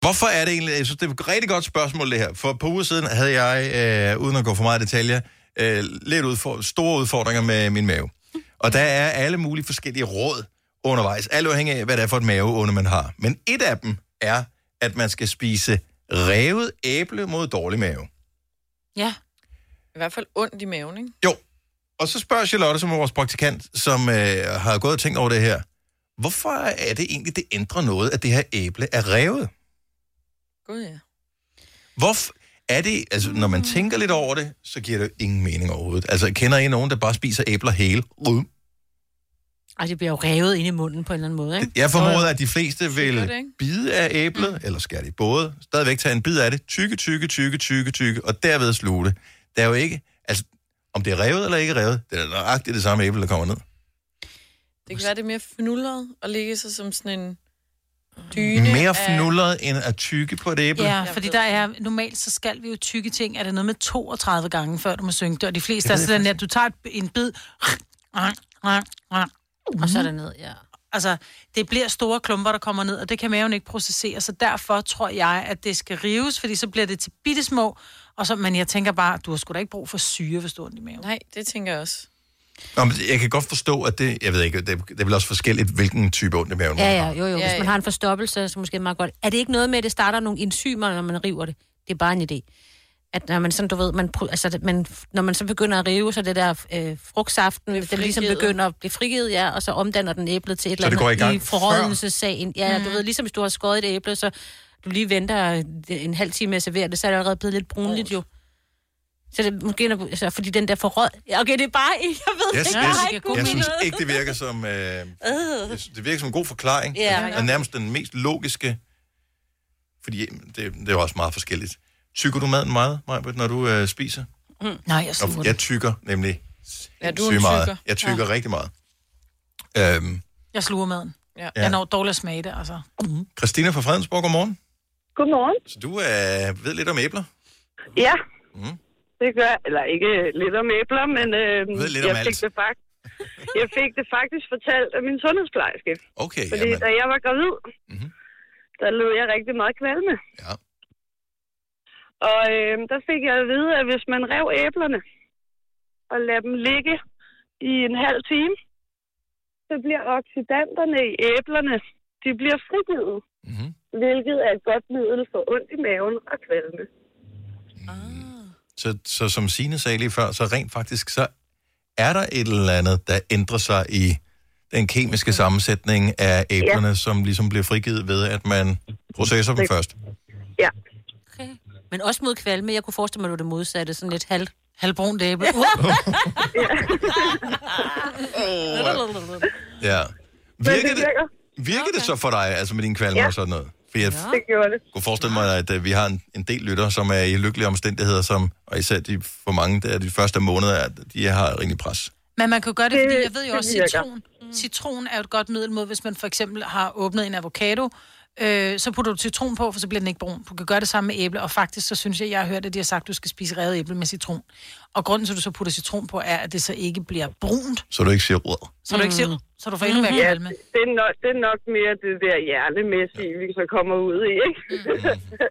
Hvorfor er det egentlig... Jeg synes, det er et rigtig godt spørgsmål, det her. For på uger siden havde jeg, øh, uden at gå for meget i detaljer, øh, lidt udfor- store udfordringer med min mave. Og der er alle mulige forskellige råd undervejs, alt afhængig af, hvad det er for et maveunde, man har. Men et af dem er, at man skal spise revet æble mod dårlig mave. Ja. I hvert fald ondt i maven, ikke? Jo. Og så spørger Charlotte, som er vores praktikant, som øh, har gået og tænkt over det her. Hvorfor er det egentlig, det ændrer noget, at det her æble er revet? Gud, ja. Hvorfor er det, altså når man tænker lidt over det, så giver det jo ingen mening overhovedet. Altså kender I nogen, der bare spiser æbler hele? Mm. Ej, det bliver jo revet ind i munden på en eller anden måde, ikke? Jeg formoder, at de fleste Sikkert, vil ikke? bide af æblet, mm. eller skære det i både, stadigvæk tage en bid af det, tykke, tykke, tykke, tykke, tykke, og derved sluge det. Der er jo ikke, altså om det er revet eller ikke revet, det er nøjagtigt det samme æble, der kommer ned. Det kan være, det er mere fnullet og ligge sig som sådan en dyne. Mere af- fnullet end at tykke på et æble. Ja, fordi der er, normalt så skal vi jo tykke ting, er det noget med 32 gange, før du må synge det, og de fleste er ved jeg sådan, at du tager et, en bid, Mm-hmm. Og så er det ned, ja. altså, det bliver store klumper, der kommer ned, og det kan maven ikke processere, så derfor tror jeg, at det skal rives, fordi så bliver det til bittesmå, og så, men jeg tænker bare, du har sgu da ikke brug for syre, hvis du har ondt i maven. Nej, det tænker jeg også. Nå, men jeg kan godt forstå, at det, jeg ved ikke, det, det er vel også forskelligt, hvilken type ondt i maven Ja, man ja, har. jo, jo. Hvis Ja, man ja. har en forstoppelse, så måske meget godt. Er det ikke noget med, at det starter nogle enzymer, når man river det? Det er bare en idé. At når man sådan, du ved, man, pr- altså, det- man, når man så begynder at rive, så det der øh, frugtsaften, den ligesom frigivet. begynder at blive frigivet, ja, og så omdanner den æblet til et det eller går i andet gang i før? forrådnelsessagen. Ja, mm. du ved, ligesom hvis du har skåret et æble, så du lige venter øh, en halv time med at servere det, så er det allerede blevet lidt brunligt jo. Så det måske, når- altså, fordi den der forråd... Okay, det er bare... Jeg ved Yes, ikke, yes. jeg har det giver ikke god Jeg kunnet synes noget. ikke, det virker som... Øh, jeg synes, det virker som en god forklaring. Ja. Og nærmest den mest logiske. Fordi øh, det, det er jo også meget forskelligt. Tykker du maden meget, Majbert, når du øh, spiser? Nej, jeg Nå, sluger jeg tykker nemlig Ja, du er sygt en meget. tykker. Jeg tykker ja. rigtig meget. Øhm, Jeg sluger maden. Ja. Jeg når dårlig at smage det, altså. Christina fra Fredensborg, godmorgen. Godmorgen. Så du øh, ved lidt om æbler? Ja. Mm. Mm. Det gør Eller ikke lidt om æbler, men øh, ved lidt om jeg, fik alt. det fakt- jeg fik det faktisk fortalt af min sundhedsplejerske. Okay, Fordi jamen, da jeg var gravid, Mhm. mm-hmm. der lød jeg rigtig meget kvalme. Ja. Og øh, der fik jeg at vide, at hvis man rev æblerne og lader dem ligge i en halv time, så bliver oxidanterne i æblerne, de bliver frigivet, mhm. hvilket er et godt middel for ondt i maven og kvalme. så, så som Signe sagde lige før, så rent faktisk, så er der et eller andet, der ændrer sig i den kemiske Mm. sammensætning af æblerne, ja. som ligesom bliver frigivet ved, at man processer dem Det- først. Ja. Okay. Men også mod kvalme. Jeg kunne forestille mig, at det var det modsatte. Sådan lidt halv... Halvbrun æble. Uh, Ja. Men det Virker det, virker. virker det så for dig, altså med dine kvalme ja. Ja. og sådan noget? For jeg Det gjorde det. kunne forestille mig, at øh, vi har en, en del lytter, som er i lykkelige omstændigheder, som, og især de, for mange der er de første måneder, at de har rimelig pres. Men man kan gøre det, Det- fordi jeg ved jo det også, virker. citron, citron er jo et godt middel mod, hvis man for eksempel har åbnet en avocado, øh, så putter du citron på, for så bliver den ikke brun. Du kan gøre det samme med æble, og faktisk så synes jeg, jeg har hørt, at de har sagt, at du skal spise revet æble med citron. Og grunden til, at du så putter citron på, er, at det så ikke bliver brunt, Så du ikke siger råd. så du ikke ser, så du får endnu mere Mm-hmm. Ja, kvalme. det- det er, nok, det er nok mere det der hjernemæssige, vi så kommer ud i, ikke?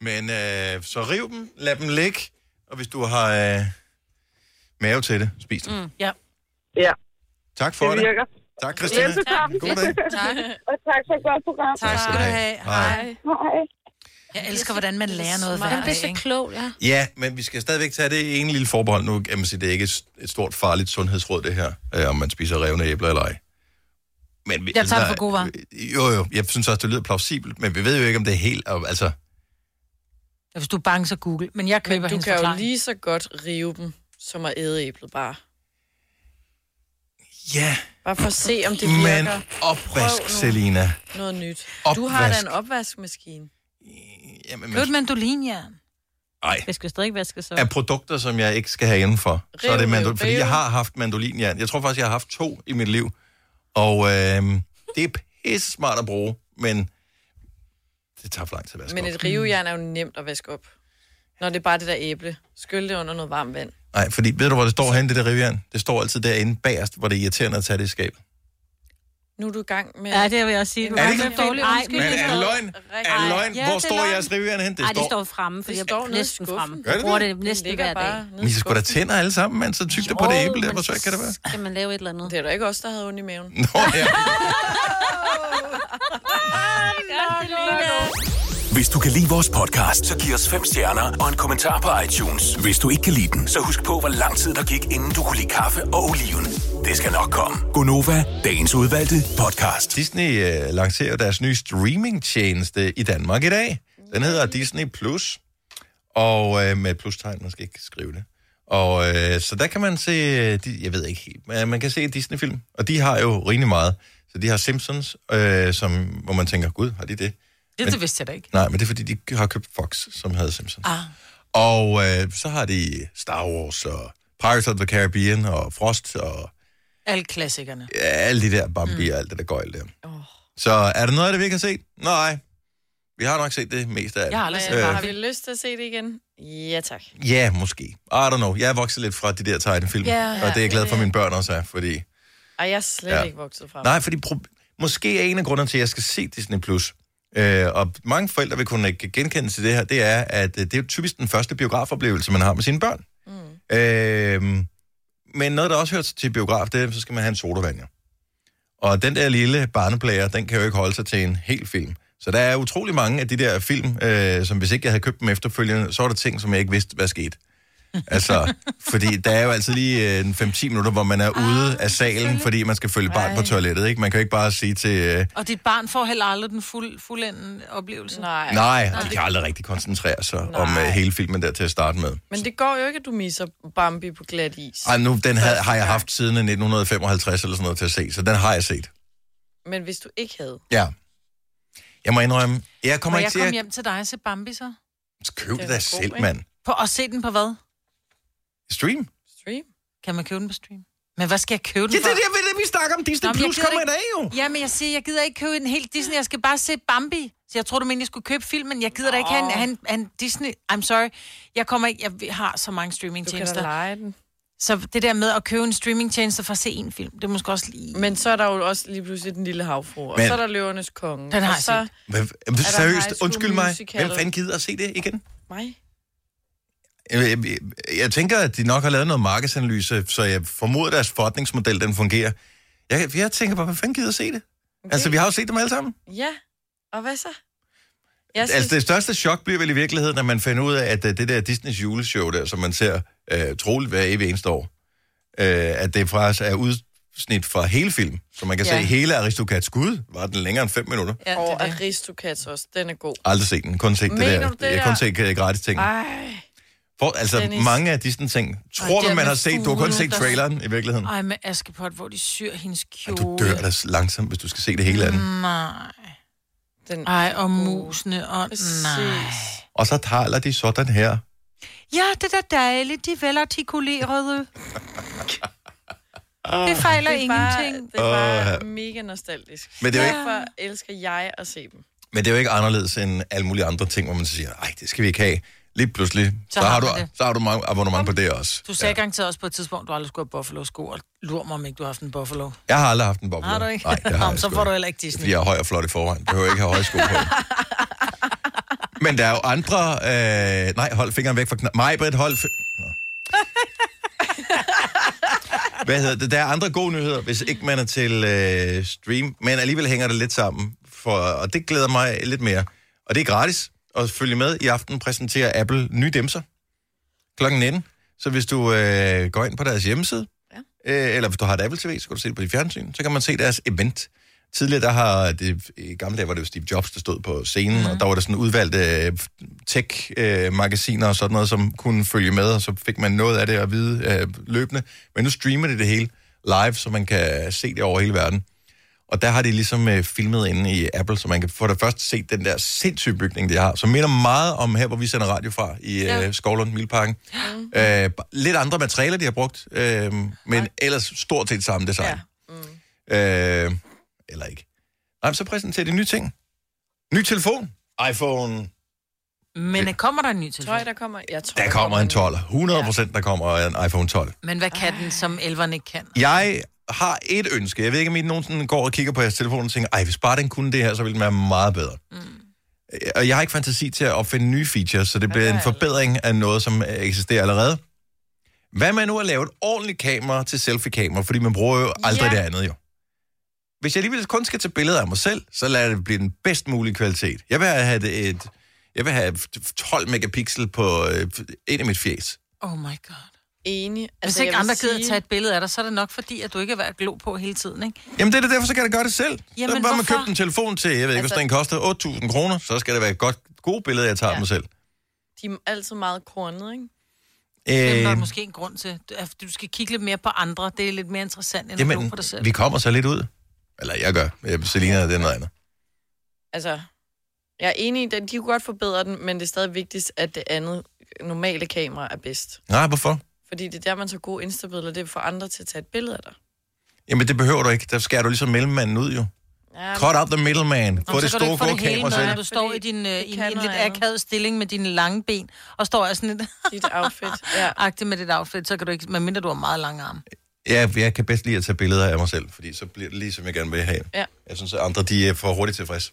Men øh, så riv dem, lad dem ligge, og hvis du har øh, mave til det, spis dem. Mm. Ja. ja, Tak for det det. virker. Tak, Christina. Velbekomme. God dag. Tak. Og tak for et godt program. Tak skal du have. Hej. Hej. Hej. Jeg elsker, hvordan man lærer noget hver Han dag. blev så ikke? klog, ja. Ja, men vi skal stadigvæk tage det ene lille forbehold nu. Jeg må sige, det er ikke et- et stort farligt sundhedsråd, det her, øh, om man spiser revne æbler eller ej. Men vi, Jeg tager det nej, for gode varer. Jo, jo. Jeg synes også, det lyder plausibelt, men vi ved jo ikke, om det er helt... og- Altså, Ja, Hvis du er bange, så google. Men jeg køber Men du hendes kan jo forklaring. lige så godt rive dem, som at æde æblet bare. ja, Bare for at se, om det men virker opvask, nu. Selina. noget nyt. Du har da Opvask. en opvaskemaskine. Jamen, Køb men, med en dolinjern. ej. Det skal stadig vaske så. af produkter, som jeg ikke skal have indenfor. Så er det Riv, øh, mandol- riv, fordi riv. jeg har haft mandolinjern. Jeg tror faktisk, jeg har haft to i mit liv. Og øh, det er pisse smart at bruge, men det tager for lang tid at vaske Men op. et rivejern er jo nemt at vaske op. Når det er bare det der æble. Skyl det under noget varmt vand. Nej, fordi ved du, hvor det står henne, det der rivjern? Det står altid derinde bagerst, hvor det er irriterende at tage det i skabet. Nu er du i gang med... Ja, det vil jeg også sige. Er Du har det ikke- en dårlig Ej, undskyldning. Men er løgn? Er Ej, løgn? ja, Hvor det er står løgn. jeres revierende hen? Det Ej, det står... står fremme, for Det jeg står nede i næsten skuffen. fremme. Gør det bruger det? det næsten hver ligger dag. bare nede Men I i skal da skuffen. tænder alle sammen, mand. Så tyk dig på det æble der. Hvor svært kan det være? Skal man lave et eller andet? Det er da ikke os, der havde ondt i maven. Nå, ja. Hvis du kan lide vores podcast, så giv os fem stjerner og en kommentar på iTunes. Hvis du ikke kan lide den, så husk på, hvor lang tid der gik, inden du kunne lide kaffe og oliven. Det skal nok komme. Gonova, dagens udvalgte podcast. Disney øh, lancerer deres nye streamingtjeneste i Danmark i dag. Den hedder Disney Plus, og øh, med et plustegn, man skal ikke skrive det. Og øh, så der kan man se, øh, de, jeg ved ikke helt, men man kan se Disney-film, og de har jo rimelig meget. Så de har Simpsons, øh, som, hvor man tænker, gud, har de det? Det, det vidste jeg da ikke. Nej, men det er fordi, de har købt Fox, som havde Simpsons. Ah. Og øh, så har de Star Wars og Pirates of the Caribbean og Frost og Alle klassikerne. Ja, alle de der Bambi mm. og alt det der gøjl der. Oh. Så er der noget af det, vi ikke har set? Nej. Vi har nok set det meste af det. Jeg har aldrig set Men Øh. har vi lyst til at se det igen? Ja, tak. Ja, måske. I don't know. Jeg er vokset lidt fra de der Titan-film, Ja, og det er jeg glad for, at det- mine børn også er, fordi... Ej, jeg er slet Ja. ja. ikke vokset frem. Nej, fordi pro... måske er en af grunderne til, at jeg skal se Disney+, Plus. Øh, og mange forældre vil kunne ikke genkende til det her, det er, at øh, det er jo typisk den første biografoplevelse, man har med sine børn. Mm. Øh, men noget, der også hører til biograf, det er, så skal man have en sodavand, jo. Og den der lille barneplager, den kan jo ikke holde sig til en hel film. Så der er utrolig mange af de der film, øh, som hvis ikke jeg havde købt dem efterfølgende, så var der ting, som jeg ikke vidste, hvad skete. Altså, fordi der er jo altid lige øh, en 5-10 minutter, hvor man er ude af salen, fordi man skal følge barn på toilettet, ikke? Man kan jo ikke bare sige til... Øh, Og dit barn får heller aldrig den fuld, fuldenden oplevelse. Nej. nej, og de kan aldrig rigtig koncentrere sig om øh, hele filmen der til at starte med. Men det går jo ikke, at du misser Bambi på glat is. Ej, nu, den havde, har jeg haft siden 1955 eller sådan noget til at se, så den har jeg set. Men hvis du ikke havde... Ja. Jeg må indrømme, jeg Må kommer jeg ikke til komme at hjem til dig og se Bambi så? købe det Den der er god, selv, ikke? mand. På, og se den på hvad? Stream? Stream. Kan man købe den på stream? Men hvad skal jeg købe den Ja, for? det er det, det, vi snakker om. Disney Nå, men jeg Plus gider kommer i ikke- dag jo. Jamen, jeg siger, jeg gider ikke købe en hel Disney. Jeg skal bare se Bambi. Så jeg tror, du mener, jeg skulle købe filmen. Jeg gider da ikke have en, have en, have en Disney. I'm sorry. Jeg kommer ikke... Jeg har så mange Du kan da streamingtjenester. lege den. Så det der med at købe en streamingtjeneste for at se en film, det er måske også lige... Men så er der jo også lige pludselig den lille havfru, og Men- så er der løvernes konge. Den har og jeg så... Hvad, hvad, High seriøst, School undskyld mig. Musical? Hvem fanden gider at se det igen? Mig? Jeg, jeg, Øh, jeg tænker, at de nok har lavet noget markedsanalyse, så jeg formoder, at deres forretningsmodel den fungerer. Jeg, jeg tænker bare, hvad fanden gider at se det? Okay. Altså, vi har jo set dem alle sammen. Ja. Og hvad så? Jeg synes, Altså, altså, det største chok bliver vel i virkeligheden, når man finder ud af, at øh, det der Disneys juleshow der, som man ser øh, troligt hver evig eneste år, øh, at det fra er udsnit fra hele film, så man kan ja. Ja. se hele Aristocats Gud. Var den længere end fem minutter? Ja, og det er det. Aristocats også, den er god. Aldrig set den. Kun set det Mener der. du det jeg har kun der? set øh, gratis ting. Ej. For, altså, Dennis. Dennis. mange af Disney-ting, det tror man, er man med har set. Du har kun fuglene, set der- traileren i virkeligheden. Ej, med Askepot, hvor de syr hendes Men du kjole. dør da langsomt, hvis du skal se det hele andet. Mm. Nej. Den... Ej, og musene, og nej. Præcis. Og så taler de sådan her. Ja, det er da dejligt, de velartikulerede. det fejler Det er bare, ingenting. det er bare Åh. mega nostalgisk. Men det er jo ikke- Derfor elsker jeg at se dem. Men det er jo ikke anderledes end alle mulige andre ting, hvor man så siger, nej, det skal vi ikke have. Lige pludselig, så, så, har, har du, man det. så har du mange abonnement på det også. Du sagde ja. garanteret også på et tidspunkt, du aldrig skulle have buffalo-sko, og lur mig, om ikke du har haft en buffalo. Jeg har aldrig haft en boble. Har du ikke? Nej, det har Nå, jeg så sgu får du ikke. heller ikke Det er, Disney. Fordi jeg er høj og flot i forvejen. Behøver ikke have høje sko på. Men der er jo andre... Øh... Nej, hold fingeren væk fra knappen. Mig, Britt, hold... Fi- Nå. Hvad hedder det? Der er andre gode nyheder, hvis ikke man er til øh, stream. Men alligevel hænger det lidt sammen. For, og det glæder mig lidt mere. Og det er gratis at følge med. I aften præsenterer Apple nye dæmser klokken 19. Så hvis du øh, går ind på deres hjemmeside, øh, eller hvis du har et Apple TV, så kan du se det på dit fjernsyn, så kan man se deres event. Tidligere, der har det, i gamle dage var det jo Steve Jobs, der stod på scenen, mm. og der var der sådan udvalgte øh, tech-magasiner og sådan noget, som kunne følge med, og så fik man noget af det at vide øh, løbende. Men nu streamer de det hele live, så man kan se det over hele verden. Og der har de ligesom øh, filmet inde i Apple, så man kan for det første se den der sindssyge bygning, de har, som minder meget om her, hvor vi sender radio fra i ja. øh, Skovlund Milparken. Mm. Øh, b- lidt andre materialer, de har brugt, øh, men ellers stort set samme design. Ja. Mm. Øh, eller ikke. Nej, men så præsenterer de nye ting. Ny telefon. iPhone. Men øh, kommer der en ny Tror jeg, telefon? der kommer... Jeg tror, Der kommer en 12. 100 procent, der kommer en iPhone 12. Men hvad kan den, som elverne ikke kan? Jeg har et ønske. Jeg ved ikke, om I nogensinde går og kigger på jeres telefon og tænker, ej, hvis bare den kunne det her, så ville den være meget bedre. Mm. Og jeg har ikke fantasi til at opfinde nye features, så det bliver en forbedring af noget, som øh, eksisterer allerede. Hvad man nu at lave et ordentligt kamera til selfie-kamera, fordi man bruger jo aldrig Ja. det andet jo. Hvis jeg alligevel kun skal tage billeder af mig selv, så lader det blive den bedst mulige kvalitet. Jeg vil have det et, jeg vil have 12 megapixel på øh, ind i mit fjes. Oh my god. Enig. Altså, Hvis ikke jeg vil andre gider sige- tage et billede af dig, så er det nok fordi, at du ikke er værd at glo på hele tiden, ikke? Jamen det er da derfor, så kan jeg da gøre det selv. Jamen, Jamen, så bare man hvorfor? købt en telefon til, jeg ved ikke, altså... Altså- hvis den koster 8.000 kroner, så skal det være et godt, gode billede, jeg tager ja. Ja. mig selv. De er altid meget kornede, ikke? Det er der Øh, måske en grund til. Du- at Du skal kigge lidt mere på andre. Det er lidt mere interessant, end at glo jamen, på dig selv. vi kommer så lidt ud. Eller jeg gør. Øh, Selina, det er noget andet. Altså, jeg er enig i, at de kunne godt forbedre den, men det er stadig vigtigst, at det andet normale kamera er bedst. Nej, hvorfor? Fordi det er der, man tager gode instabilleder, det er for andre til at tage et billede af dig. Jamen det behøver du ikke. Der skærer du ligesom mellemmanden ud jo. Ja, Cut out the middleman. Få Nå, men det så kan du store, gode ikke få det hele kamera med, når selv. du står Fordi i, din, øh, det i kan en noget lidt andet. akavet stilling med dine lange ben, og står af sådan lidt dit outfit. Ja. agtig med dit outfit, så kan du ikke, medmindre du har meget lange arme. Ja, jeg kan bedst lide at tage billeder af mig selv, fordi så bliver det lige, som jeg gerne vil have. Ja. Jeg synes, at andre de er for hurtigt tilfredse.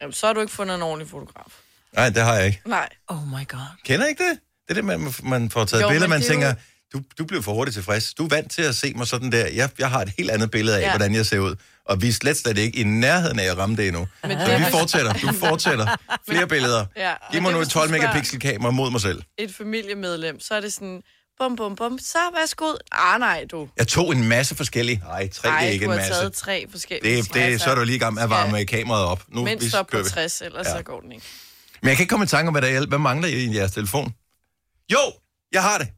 Jamen, så har du ikke fundet en ordentlig fotograf. Nej, det har jeg ikke. Nej. Oh my god. Kender I ikke det? Det er det, man, man får taget Jo, billeder, men man det er tænker, jo- du, du blev for hurtigt tilfreds. Du er vant til at se mig sådan der. Jeg, jeg har et helt andet billede af, ja. Ja. hvordan jeg ser ud. Og vi er slet, slet ikke i nærheden af at ramme det endnu. Men Men det det Så er vi også- fortsætter. Du fortsætter. Flere billeder. Ja. Giv men mig det, nu hvis et du 12 spørger megapixel kamera mod mig selv. Et familiemedlem, så er det sådan, bum, bum, bum, så værsgo. Ah, nej, du. Jeg tog en masse forskellige. Nej, tre Ej, Ej, er ikke du en har masse. taget tre forskellige. Det, det, så er du lige i gang med at varme kameraet op. Nu Mens vi så på kører vi. 60, ellers Ja. ja. så går den ikke. Men jeg kan ikke komme i tanke om, hvad, der, er- hvad mangler i jeres telefon. Jo, jeg har det.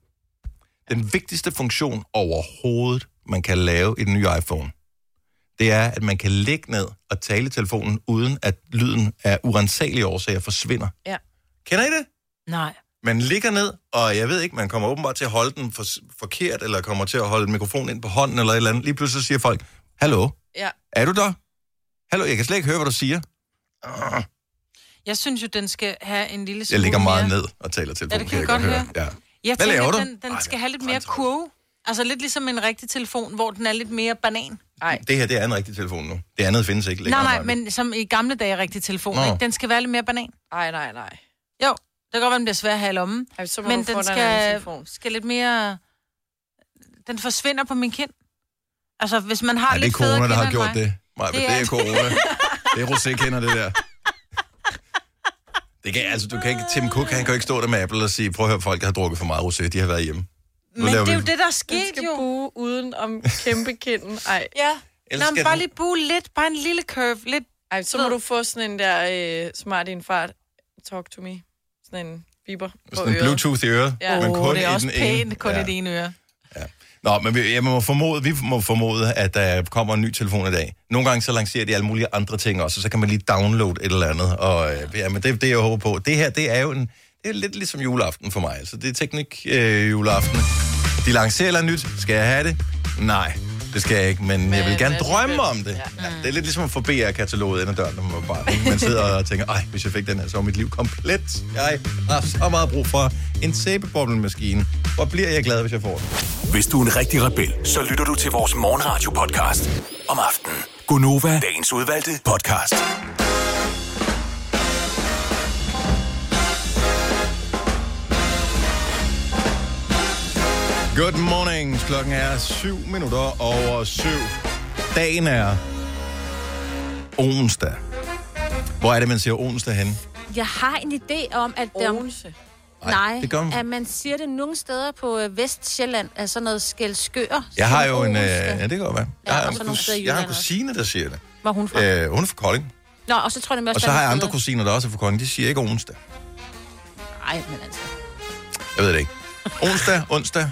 Den vigtigste funktion overhovedet, man kan lave i den nye iPhone, det er, at man kan ligge ned og tale i telefonen, uden at lyden af urensagelige årsager forsvinder. Ja. Kender I det? Nej. Man ligger ned, og jeg ved ikke, man kommer åbenbart til at holde den for, forkert, eller kommer til at holde mikrofonen ind på hånden, eller et eller andet. Lige pludselig så siger folk, hallo, Ja. er du der? Hallo, jeg kan slet ikke høre, hvad du siger. Jeg synes jo, den skal have en lille smule Jeg ligger meget mere. ned og taler i telefonen. Ja, det kan jeg godt Ja. Jeg Hvad laver tænker, du? Den, den Ej, skal det have lidt mere træls. kurve. Altså lidt ligesom en rigtig telefon, hvor den er lidt mere banan. Ej, Det her, det er en rigtig telefon nu. Det andet findes ikke længere. Nej, nej, men som i gamle dage rigtig telefon, Nå. ikke? Den skal være lidt mere banan. nej, nej, nej. Jo, det kan godt være, den bliver svær at have i lommen. Ej, så må Men du få den dig en anden skal, telefon. skal lidt mere... Den forsvinder på min kind. Altså, hvis man har Ja, det er lidt federe corona, der har kinder gjort end mig- det. Nej, det, Det det er er- corona. Det er rosékinder, det der. Det kan, altså, du kan ikke, Tim Cook, han kan jo ikke stå der med Apple og sige, prøv at høre, folk har drukket for meget rosé, de har været hjemme. Nu Men laver det er vi- jo det, der er Den sket skal jo. buge uden om kæmpe kinden. Ej, Ja. Ellers skal Nå, men bare den- lige bue lidt. Bare en lille curve. Lidt. Ej, så må du få sådan en der øh, smart i en fart. Talk to me. Sådan en biber på Sådan en øret. Bluetooth i øret, Ja. men Åh, kun det er i også den ene. pænt, kun i det ene øre. Nå, men vi, jeg må formode, vi må formode, at der kommer en ny telefon i dag. Nogle gange så lancerer de alle mulige andre ting også, og så kan man lige downloade et eller andet. Og øh, ja, men det er det, jeg håber på. Det her, det er jo en, det er lidt ligesom juleaften for mig. Altså, det er teknik øh, juleaften. De lancerer eller nyt. Skal jeg have det? Nej, det skal jeg ikke, men, men jeg vil Men gerne alligevel. drømme om det. Ja. Ja. Ja, det er lidt ligesom at få BR-kataloget ind ad døren, når man, var barn. man sidder og tænker, ej, hvis jeg fik den her, så var mit liv komplet. Jeg har så meget brug for en sæbeboblemaskine. Hvor bliver jeg glad, hvis jeg får den? Hvis du er en rigtig rebel, så lytter du til vores morgenradio-podcast om aftenen. Gunova, dagens udvalgte podcast. Good morning. Klokken er 7 minutter over 7. Dagen er onsdag. Hvor er det, man siger onsdag hen? Jeg har en idé om, at... Um, Onse. Oh. nej, det gør man- at man siger det nogle steder på øh, Vestsjælland, af sådan noget skældskøer. Jeg har jo en... Øh, Onsdag. ja, det kan godt være. Jeg Ja, har, og en, så nogle steder i kus, jeg har en Jylland også. kusine, der siger det. Hvor hun fra. Øh, hun er fra Kolding. Nå, og så tror jeg, det Og så har jeg andre kusiner, der også er fra Kolding. De siger ikke onsdag. Nej, men altså. Jeg ved det ikke. Onsdag, onsdag.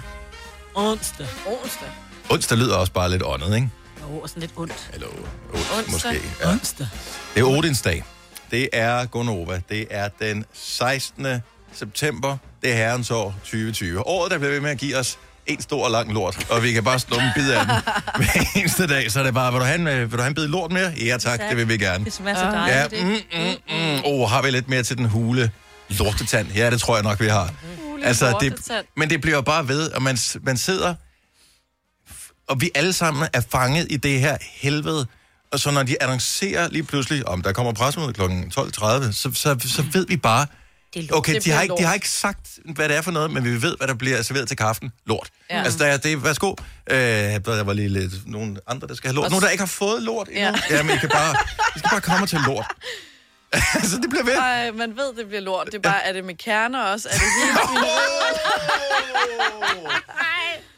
Onsdag. Onsdag. Onsdag lyder også bare lidt åndet, ikke? Jo, og sådan lidt ondt. Eller onsdag. Onsdag. måske. Ja. Onsdag. Det er Odins dag. Det er Gonova. Det er den 16. september. Det er herrens år 2020. Året, der bliver ved med at give os en stor og lang lort, og vi kan bare slå en bid af den hver eneste dag. Så er det bare, vil du have en, øh, vil du have en bid lort mere? Ja tak, det vil vi gerne. Det smager så Ja, dejligt, mm, ikke? mm, mm. Oh, har vi lidt mere til den hule lortetand? Ja, det tror jeg nok, vi har. Altså, det, lortetand. men det bliver bare ved, og man, man sidder og vi alle sammen er fanget i det her helvede. Og så når de annoncerer lige pludselig, om der kommer pressemøde kl. 12.30, så, så, så ved vi bare, Det er lort. okay, Det de har, bliver ikke, de lort. har ikke sagt, hvad det er for noget, men vi ved, hvad der bliver serveret til kaffen. Lort. Ja. Ja. Altså, der er det, værsgo. Øh, der var lige lidt, nogle andre, der skal have lort. Nogle, der ikke har fået lort endnu. Ja. Ja. Jamen, I, kan bare, I skal bare komme til lort. altså, det bliver ved. Ej, man ved, det bliver lort. Det er bare, er det med kerner også? Er det hele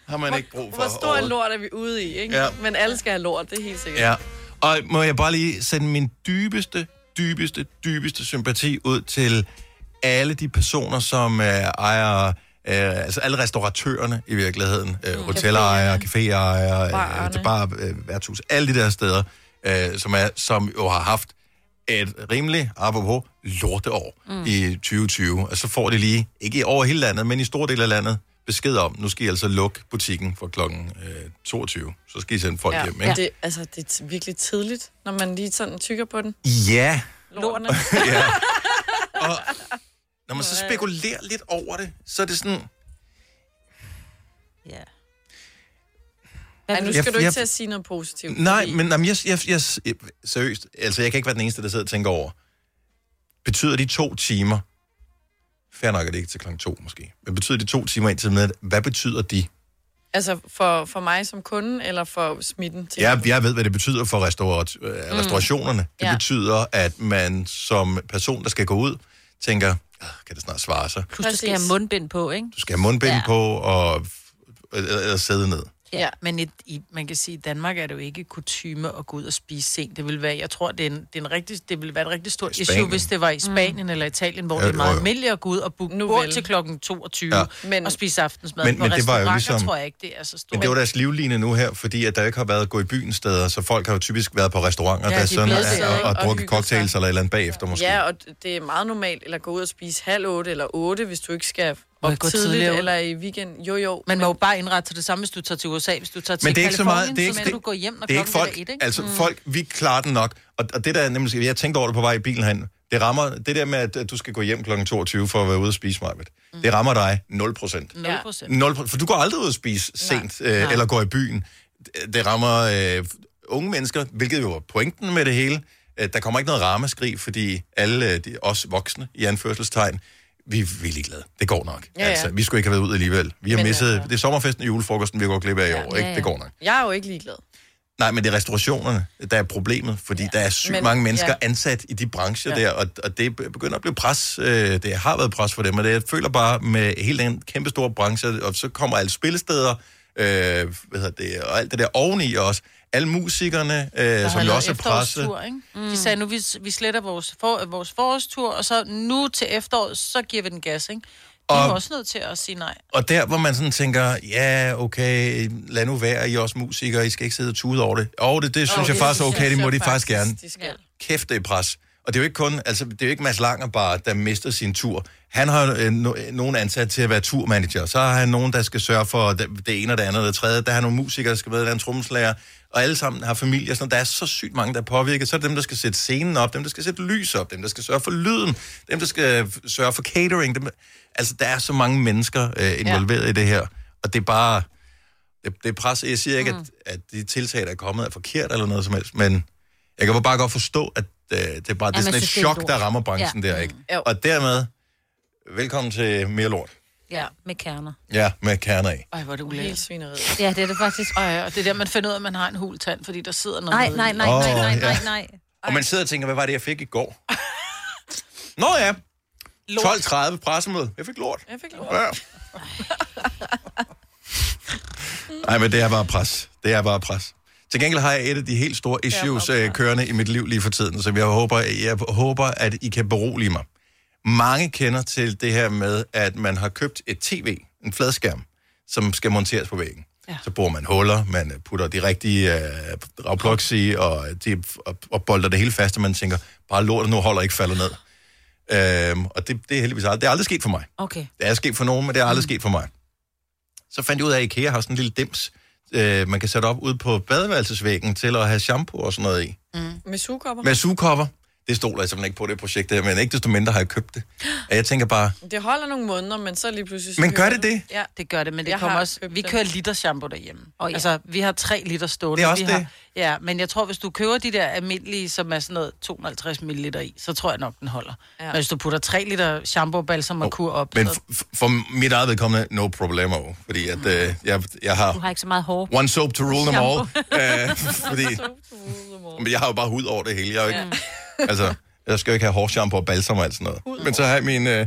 har man ikke brug for. Hvor stor overhovedet. en lort er vi ude i, ikke? Ja. Ja. Men alle skal have lort, det er helt sikkert. Ja. Og må jeg bare lige sende min dybeste, dybeste, dybeste sympati ud til alle de personer, som øh, ejer, øh, altså alle restauratørerne i virkeligheden, øh, hotellerejere, caféejere, øh, Barerne. det er bare øh, værtshus, alle de der steder, øh, som, er, som jo har haft et rimelig, apropos, lorteår mm. i 2020. Og så får de lige, ikke i- over hele landet, men i store dele af landet, besked om, nu skal I altså lukke butikken fra klokken øh, 22. Så skal I sende folk ja. hjem, ikke? Ja. Det, altså, det er t- virkelig tidligt, når man lige sådan tykker på den. Ja. Lortene. ja. Og når man så spekulerer lidt over det, så er det sådan... Ja. Ej, nu Jeg- skal du ikke jeg- til at sige noget positivt. Nej, fordi- men jamen, jeg, jeg, jeg, seriøst, altså jeg kan ikke være den eneste, der sidder og tænker over, betyder de to timer, fair nok er det ikke til klokken to måske, men betyder de to timer indtil med, hvad betyder de? Altså, for, for mig som kunde, eller for smitten? til- Jeg, jeg ved, hvad det betyder for restaurat, øh, restaurationerne. Det Ja. betyder, at man som person, der skal gå ud, tænker, "Ah, kan det snart svare sig? Plus, du skal Præcis. have mundbind på, ikke? Du skal have mundbind Ja. på og, og, og sidde ned. Ja. Men et, i, man kan sige, at i Danmark er det jo ikke kutyme at gå ud og spise sent. Det vil være, jeg tror, det, er en, det, er en rigtig, det vil være et rigtig stort I issue, Spanien. hvis det var i Spanien mm. eller Italien, hvor Ja, ja, det jo, er jo. meget almindeligt at gå ud og booke Nu bord vel. til klokken 22 Ja. ja. Men- og spise aftensmad. Men- På men det var jo restauranter ligesom- tror jeg ikke, det er så stort. Men det var deres livline nu her, fordi at der ikke har været gå i byen steder, så folk har jo typisk været på restauranter, Ja, der de sådan blev er, siddet og, og og drukket hygget cocktails sig. eller et eller andet bagefter måske. Ja, og det er meget normalt, eller gå ud og spise halv otte eller otte, hvis du ikke skal Må op jeg gå tidligt, tidligere ud? eller i weekend. Jo, jo. Man må jo bare indrette sig det samme, hvis du tager til USA, hvis du tager til men det er ikke så meget, Californien, det er ikke, så det, kan du gå hjem, når det er ikke klokken folk, er et, ikke? altså folk, vi klarer den nok, og, og det der er nemlig, jeg tænkte over det på vej i bilen hen, det rammer, det der med, at at du skal gå hjem kl. 22 for at være ude og spise mig, mm. det rammer dig 0 procent. 0 procent. 0 for du går aldrig ud og spise sent, øh, eller går i byen. Det- Det rammer øh, unge mennesker, hvilket jo var pointen med det hele. Øh, Der kommer ikke noget ramaskrig, fordi alle øh, de, os voksne, i anførselstegn, vi, vi er ligeglade. Det går nok. Ja, ja. Altså, vi skulle ikke have været ud alligevel. Vi har Men, misset... altså- Det er sommerfesten og julefrokosten, vi går glip af i år, ikke? ja. Det går nok. Jeg er jo ikke ligeglad. Nej, men det er restaurationerne, der er problemet, fordi ja. der er sygt Men- mange mennesker ja. ja. ansat i de brancher ja. Ja. der, og, og det begynder at blive pres. Øh, det har været pres for dem, og det, jeg føler bare med hele den kæmpe store branche, og så kommer alle spillesteder, øh, hvad hedder det, og alt det der oveni også. Alle musikerne, øh, som har jo lavet også er presset. efterårstur, ikke? Mm. De sagde, nu vi, vi sletter vores, for, vores forårstur, og så nu til efteråret, så giver vi den gas, ikke? De Og- og... er jo også nødt til at sige nej. Og der, hvor man sådan tænker, ja, okay, lad nu være, I er også musikere, I skal ikke sidde og tude over det. Og det, det synes jeg det faktisk er synes okay, det jeg må de faktisk gerne. De skal. kæft, det er pres. Og det er jo ikke kun, altså det er jo ikke Mads Langer bare, der mister sin tur. Han har øh, no, øh, nogen ansat til at være turmanager. Så har han nogen, der skal sørge for det, det ene og det andet og det tredje. Der har nogle musikere, der skal være der er en trommeslager. Og alle sammen har familier. Sådan, der er så sygt mange, der er påvirket. Så er det dem, der skal sætte scenen op, dem, der skal sætte lys op, dem, der skal sørge for lyden, dem, der skal f- sørge for catering. Dem, altså, der er så mange mennesker øh, involveret ja. i det her. Og det er bare... Det, det er pres. Jeg siger ikke, mm. at, at de tiltag, der er kommet, er forkert eller noget som helst, men jeg kan bare godt forstå, at øh, det er bare det er man sådan et synes, det er chok, lort. der rammer branchen ja. der, ikke? Jo. Og dermed, velkommen til mere lort. Ja, med kerner. Ja, med kerner i. Ej, hvor er det Helt ulækkert. svineriet. Ja, det er det faktisk. Ej, og det er der, man finder ud af, at man har en hul tand, fordi der sidder noget. Nej, nede i. nej, nej, nej, nej, Åh, ja. nej, nej. Og man sidder og tænker, hvad var det, jeg fik i går? Nå ja, 12.30 pressemøde. Jeg fik lort. Jeg fik lov. Ja. Nej, men det er bare pres. Det er bare pres. Til gengæld har jeg et af de helt store issues øh, kørende i mit liv lige for tiden, så jeg håber, jeg håber, at I kan berolige mig. Mange kender til det her med, at man har købt et tv, en fladskærm, som skal monteres på væggen. Ja. Så borer man huller, man øh, putter de rigtige øh, ragplugs i, og, de, og, og bolder det hele fast, og man tænker, bare lortet nu holder ikke falder ned. Øhm, og det, det er heldigvis aldrig, det er aldrig sket for mig. Okay. Det er sket for nogen, men det er aldrig sket for mig. Så fandt jeg ud af, at IKEA har sådan en lille dims, øh, man kan sætte op ude på badeværelsesvæggen til at have shampoo og sådan noget i. Mm. Med sugekopper. Med sugekopper. det stoler jeg simpelthen ikke på det projekt her, men ikke desto mindre har jeg købt det. Og jeg tænker bare, Det holder nogle måneder, men så lige pludselig... så men gør hører det du- det? Ja. Det gør det, men det Jeg jeg kommer har også... købt Vi den. kører liter shampoo derhjemme. Oh, ja. Altså, vi har tre liter stående. Det er også vi har, det. Ja, men jeg tror, hvis du køber de der almindelige, som er sådan noget 250 ml i, så tror jeg nok, den holder. Ja. Ja. Men hvis du putter tre liter shampoo, balsam og kur op... Men så... f- f- for mit eget vedkommende, no problemo. Fordi at, øh, jeg, jeg Du har har ikke så meget hår. one soap to rule them all. Shampoo. Øh, fordi, men jeg har jo bare hud over det hele. Jeg er jo ikke, altså, jeg skal jo ikke have hårshampoo og balsam og alt sådan noget. Men så har jeg mine øh,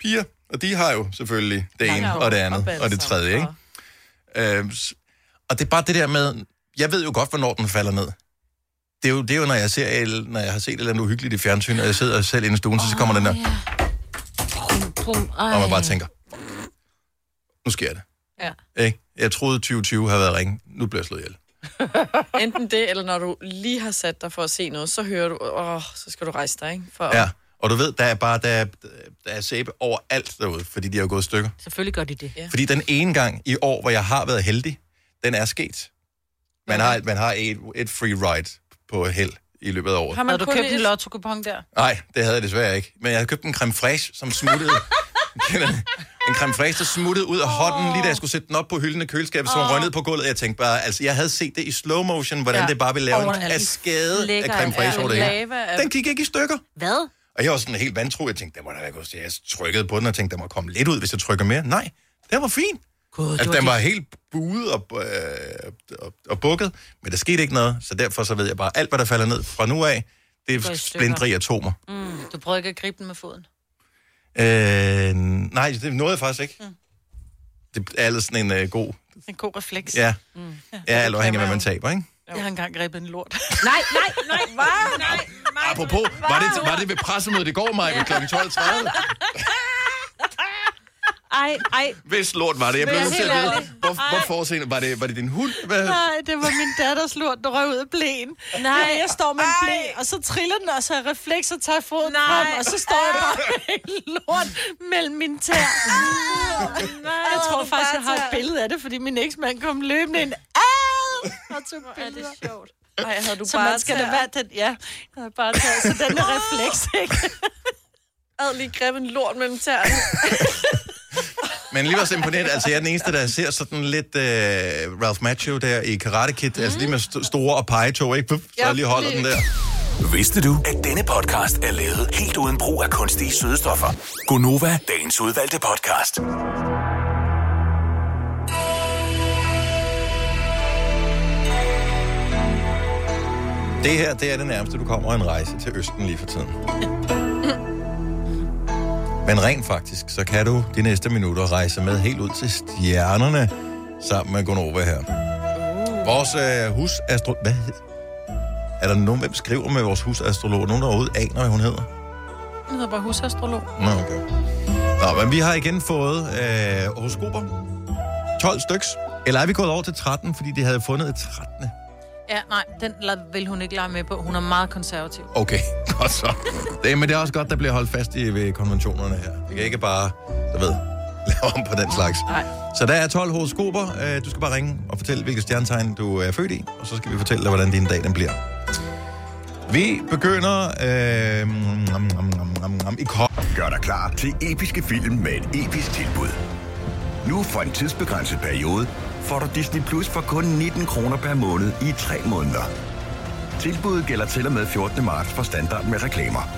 piger, og de har jo selvfølgelig det ene og det andet og det tredje. Ikke? Øh, s- og det er bare det der med, jeg ved jo godt, hvornår den falder ned. Det er jo, det er jo når, jeg ser, el- når jeg har set et eller andet uhyggeligt i fjernsyn, og jeg sidder selv inde i stuen, så, så kommer den der, Ja. Brum, brum. Ej. og man bare tænker, nu sker det. Ja. Ikke? Jeg troede 2020 havde været ringe. Nu bliver jeg slået ihjel. Enten det, eller når du lige har sat dig for at se noget, så hører du, åh, så skal du rejse dig, ikke? For, Ja. Og du ved, der er bare der er, der er sæbe overalt derude, fordi de har jo gået i stykker. Selvfølgelig gør de det. Ja. Fordi den ene gang i år, hvor jeg har været heldig, den er sket. Man har, man har et, et free ride på held i løbet af året. Har man Havde du kun købt et- en lotto-kupon der? Nej, det havde jeg desværre ikke. Men jeg havde købt en creme fraiche, som smuttede. Kender du? en creme fraiche, der smuttede ud af hånden, lige da jeg skulle sætte den op på hylden af køleskabet, som oh. røg ned på gulvet. Jeg tænkte bare, altså jeg havde set det i slow motion, hvordan ja. Ja. det bare ville lave en Overalt. kaskade af Lækker, creme fraiche ja. over det hele. Lava af- Den gik ikke i stykker. Hvad? Og jeg var sådan helt vantro. Jeg tænkte, der må da være gået. til." Jeg trykkede på den og tænkte, der må komme lidt ud, hvis jeg trykker mere. Nej, det var fint. God, det Altså, var den de- var helt buet og, øh, og, og bukket, men der skete ikke noget, så derfor så ved jeg bare, alt hvad der falder ned fra nu af, det Går er i splindre i atomer. Du prøvede ikke at gribe den med foden? Mm. Øh, nej, det nåede jeg faktisk ikke. Mm. Det er altså sådan en øh, god... En god refleks. Ja, mm. ja alt afhængig af, hvad man taber, ikke? Jeg har engang grebet en lort. Nej, nej, nej, nej, nej, nej. Apropos, var det, var det ved pressemødet i går, Maja, ved kl. 12.30? Ej, ej. Hvis lort var det, jeg blev Men nødt til helt at vide. ærligt. Hvor, Ej. hvorfor sen? Var det, var det din hund? Hvad? Nej, det var min datters lort, der røg ud af blæen. Nej. Nej, jeg står med en blæ, og så triller den, og så har jeg refleks og tager foden Nej. Nej. frem, og så står jeg bare med en lort mellem mine tæer. Nej, Jeg tror faktisk, jeg har et billede af det, fordi min eksmand kom løbende ind. Au! Og tog det billeder. er sjovt. Ej, havde du Så bare man skal da være den, ja, jeg har bare taget, så den er refleks, ikke? ad lige greb en lort mellem tæerne. Men lige var så imponeret. Altså, jeg er den eneste, der ser sådan lidt øh, Ralph Macchio der i Karate Kid. Mm. Altså lige med st- store og pegetog, ikke? Puff, så jeg lige holder den der. Vidste du, at denne podcast er lavet helt uden brug af kunstige sødestoffer? Gonova, dagens udvalgte podcast. Det her, det er det nærmeste, du kommer en rejse til Østen lige for tiden. Men rent faktisk, så kan du de næste minutter rejse med helt ud til stjernerne sammen med Gonova her. Vores øh, husastro... Hvad hed? Er der nogen, hvem skriver med vores husastrolog? Nogen, der overhovedet aner, hvad hun hedder? Hun hedder bare husastrolog. Nå, okay. Nå, men vi har igen fået øh, horoskoper. 12 styks. Eller er vi gået over til 13, fordi de havde fundet et 13. Ja, nej, den la- vil hun ikke lege med på. Hun er meget konservativ. Okay, godt så. Det, men det er også godt, der bliver holdt fast i ved konventionerne her. Vi kan ikke bare, du ved, lave om på den slags. Nej. Så der er 12 horoskoper. Øh, Du skal bare ringe og fortælle, hvilket stjernetegn du er født i, og så skal vi fortælle dig, hvordan din dag den bliver. Vi begynder øh, nom, nom, nom, nom, nom, mm, i kop. Gør dig klar til episke film med et episk tilbud. Nu for en tidsbegrænset periode får du Disney Plus for kun 19 kroner per måned i 3 måneder. Tilbuddet gælder til og med 14. marts for standard med reklamer.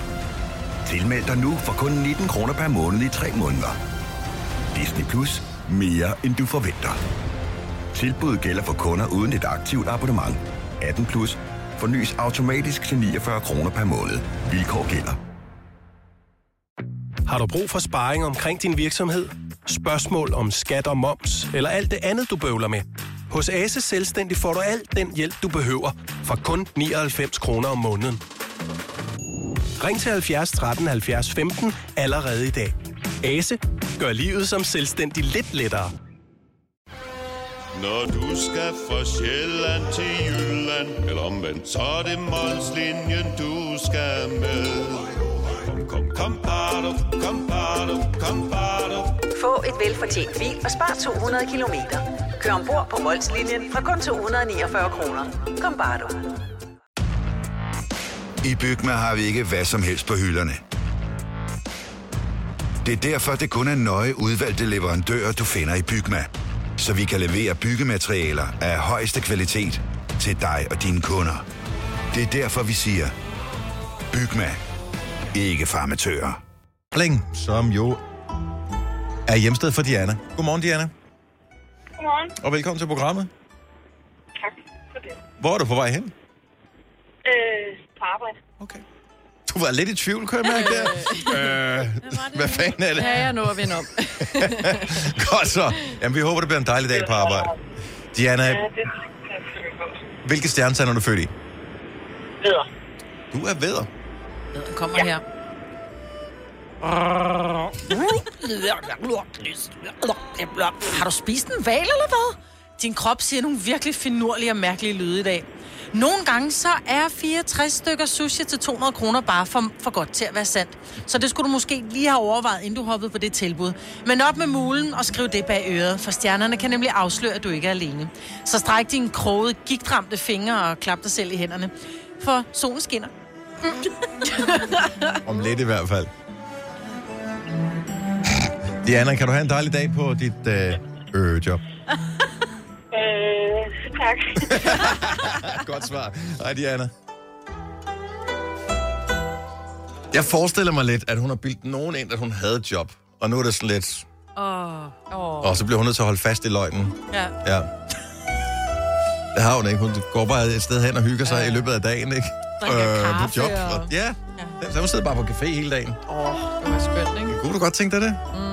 Tilmeld dig nu for kun 19 kroner per måned i 3 måneder. Disney Plus. Mere end du forventer. Tilbuddet gælder for kunder uden et aktivt abonnement. 18 plus. Fornyes automatisk til 49 kroner per måned. Vilkår gælder. Har du brug for sparring omkring din virksomhed? Spørgsmål om skat og moms, eller alt det andet, du bøvler med? Hos Ase Selvstændig får du alt den hjælp, du behøver, for kun 99 kroner om måneden. Ring til 70 13 70 15 allerede i dag. Ase gør livet som selvstændig lidt lettere. Når du skal fra Sjælland til Jylland Eller omvendt, så er det Molslinjen, du skal med Kom, kom, kom, bado, kom, bado, kom, bado. Få et velfortjent bil og spar 200 kilometer. Kør ombord på Molslinjen fra kun 249 kroner. Kom bare du. I Bygma har vi ikke hvad som helst på hylderne. Det er derfor, det kun er nøje udvalgte leverandører, du finder i Bygma. Så vi kan levere byggematerialer af højeste kvalitet til dig og dine kunder. Det er derfor, vi siger, Bygma. Ikke farmatører. Bling, som jo er hjemsted for Diana. Godmorgen, Diana, Godmorgen. og velkommen til programmet. Tak for det. Hvor er du på vej hen? Øh, på arbejde. Okay. Du var lidt i tvivl, kunne jeg mærke der. øh, hvad fanden er det? Ja, jeg nå at vinde om. Godt så. Jamen, vi håber, det bliver en dejlig dag på arbejde. Diana, det er selvfølgelig godt. hvilke stjernetegn er du født i? Videre. Du er veder. Den kommer ja. her. Har du spist en val eller hvad? Din krop siger nogle virkelig finurlige og mærkelige lyde i dag. Nogle gange så er 64 stykker sushi til 200 kroner bare for, for godt til at være sandt. Så det skulle du måske lige have overvejet, inden du hoppede på det tilbud. Men op med mulen og skriv det bag øret, for stjernerne kan nemlig afsløre, at du ikke er alene. Så stræk dine krogede, gigtramte fingre og klap dig selv i hænderne. For solen skinner. Om lidt i hvert fald. Diana, kan du have en dejlig dag på dit øh, øh, job? Øh, tak. Godt svar. Hej, Diana. Jeg forestiller mig lidt, at hun har bildt nogen ind, at hun havde et job. Og nu er det sådan lidt... Åh. Oh. Og så bliver hun nødt til at holde fast i løgnen. Ja. Ja. Det har hun ikke. Hun går bare et sted hen og hygger sig i løbet af dagen, ikke? Øh, Drikker på kaffe job. og- Og... Ja. ja. Så hun sidder bare på café hele dagen. Åh, det var skønt, ikke? Kunne du godt tænke dig det? Mm.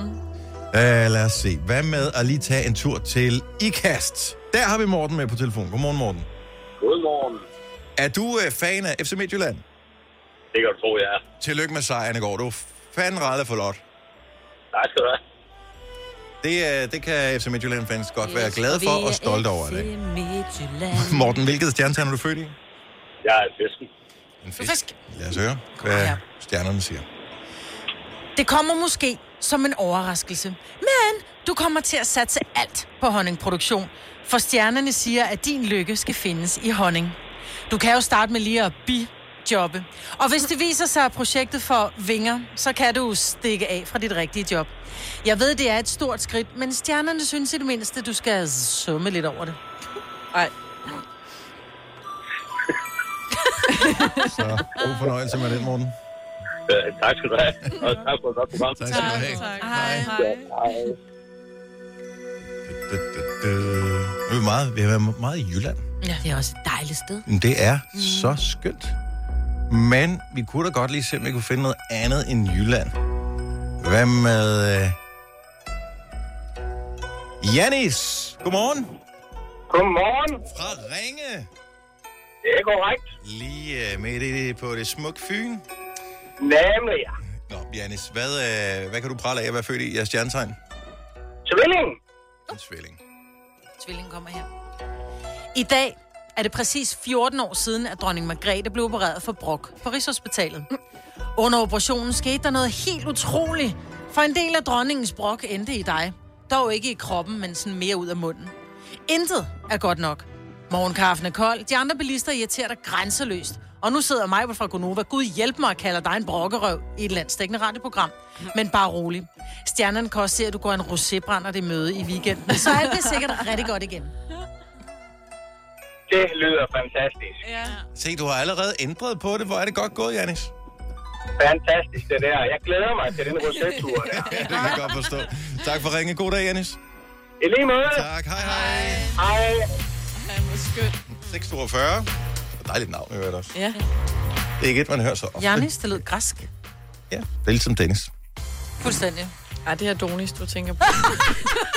Uh, lad os se. Hvad med at lige tage en tur til IKAST? Der har vi Morten med på telefon. Godmorgen, Morten. Godmorgen. Er du uh, fan af FC Midtjylland? Det kan du tro, jeg er. Tillykke med sejren i går. Du fanden rejede for lot. Tak skal du have. Det, uh, det kan FC Midtjylland-fans godt være glade for og stolte over i dag. Midtjylland. Morten, hvilket stjernetegn er du født i? Jeg er fisken. En fisk. Lad os høre, Kom hvad her. stjernerne siger. Det kommer måske som en overraskelse. Men du kommer til at satse alt på honningproduktion. For stjernerne siger, at din lykke skal findes i honning. Du kan jo starte med lige at bijobbe. Og hvis det viser sig, at projektet får vinger, så kan du stikke af fra dit rigtige job. Jeg ved, det er et stort skridt, men stjernerne synes i det mindste, du skal summe lidt over det. Nej, Så god fornøjelse med den, Morten. Øh, tak skal du have. Og tak for et godt program. Tak skal du have. Hej. Hej. Du, du, du. Nu er vi, meget, vi har været meget i Jylland. Det er også et dejligt sted. Men Det er mm. så skønt. Men vi kunne da godt lige se, om vi kunne finde noget andet end Jylland. Hvad med... Øh... Janis, godmorgen Godmorgen. fra Ringe. Det er korrekt. Lige øh, midt i det, på det smukke Fyn. Nemlig, ja. Nå, Janis, hvad, øh, hvad kan du prale af at være født i? Jeres stjernetegn? Tvilling. En tvilling. Tvillingen kommer her. I dag er det præcis 14 år siden, at dronning Margrethe blev opereret for brok på Rigshospitalet. Under operationen skete der noget helt utroligt, for en del af dronningens brok endte i dig. Dog ikke i kroppen, men sådan mere ud af munden. Intet er godt nok. Morgenkaffen er kold, de andre bilister irriterer dig grænseløst. Og nu sidder mig fra Gonova. Gud hjælp mig og kalder dig en brokkerøv i et landstækkende radioprogram. Men bare rolig. Stjernerne kan også se, at du går en rosébrænder det møde i weekenden. Så alt bliver sikkert rigtig godt igen. Det lyder fantastisk. Se, du har allerede ændret på det. Hvor er det godt gået, Janis? Fantastisk, det der. Jeg glæder mig til den rosettur der. det kan jeg godt forstå. Tak for ringen. God dag, Janis. I lige måde. Tak. Hej, hej. Hej. han var skønt. 642. Dejligt navn, jeg også. Ja. Det er ikke et, man hører så ofte. Janis, det lød græsk. Ja, det er ligesom Dennis. Fuldstændig. Ej, det er Adonis, du tænker på.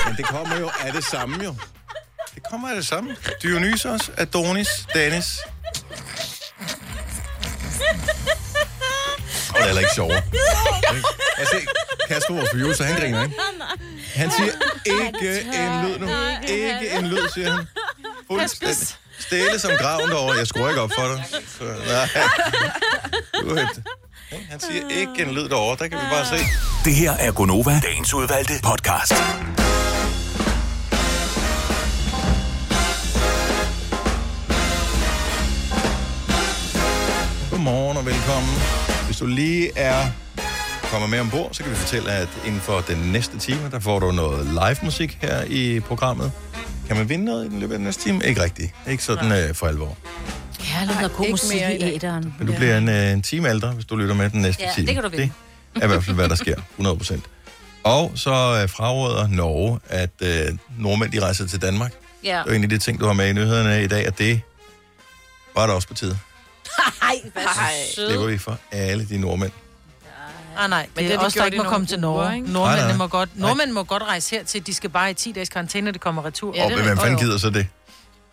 Men det kommer jo af det samme, jo. Det kommer af det samme. Dionysos, Adonis, Dennis. Og det er heller ikke sjovere. Ikke? Altså, Kasper, vores producer, han griner, ikke? Han siger, ikke en lyd nu. Ikke en lyd, siger han. Fuldstændig. Stille som graven derovre. Jeg skruer ikke op for dig. Så, nej. Du er et- ikke? Han siger ikke en lyd derovre. Der kan vi bare se. Det her er Gonova, dagens udvalgte podcast. Godmorgen og morgen. Hvis du lige er kommer med ombord, så kan vi fortælle, at inden for den næste time, der får du noget live musik her i programmet. Kan man vinde noget i den løbet af den næste time? Ikke rigtigt. Ikke sådan øh, for alvor. Kærlighed og god musik i æderen. Men du bliver en, øh, en time ældre, hvis du lytter med den næste Ja, time. det kan du vinde. Det er i hvert fald, hvad der sker. 100 procent. Og så øh, fraråder Norge, at øh, nordmænd de rejser til Danmark. Ja. Det var en af de ting, du har med i nyhederne i dag, at det var der også på tide. Hej, Øh, hvad Hej. Det var vi for alle de nordmænd. Ah, nej, men det det er har de også der gjort ikke i må nogle komme til uger, Norge. ikke? Nej, nej. Nordmændene må godt, nordmænd må godt rejse hertil. De skal bare i 10 dages karantæne, når de kommer retur. Ja, og hvem fanden gider så det?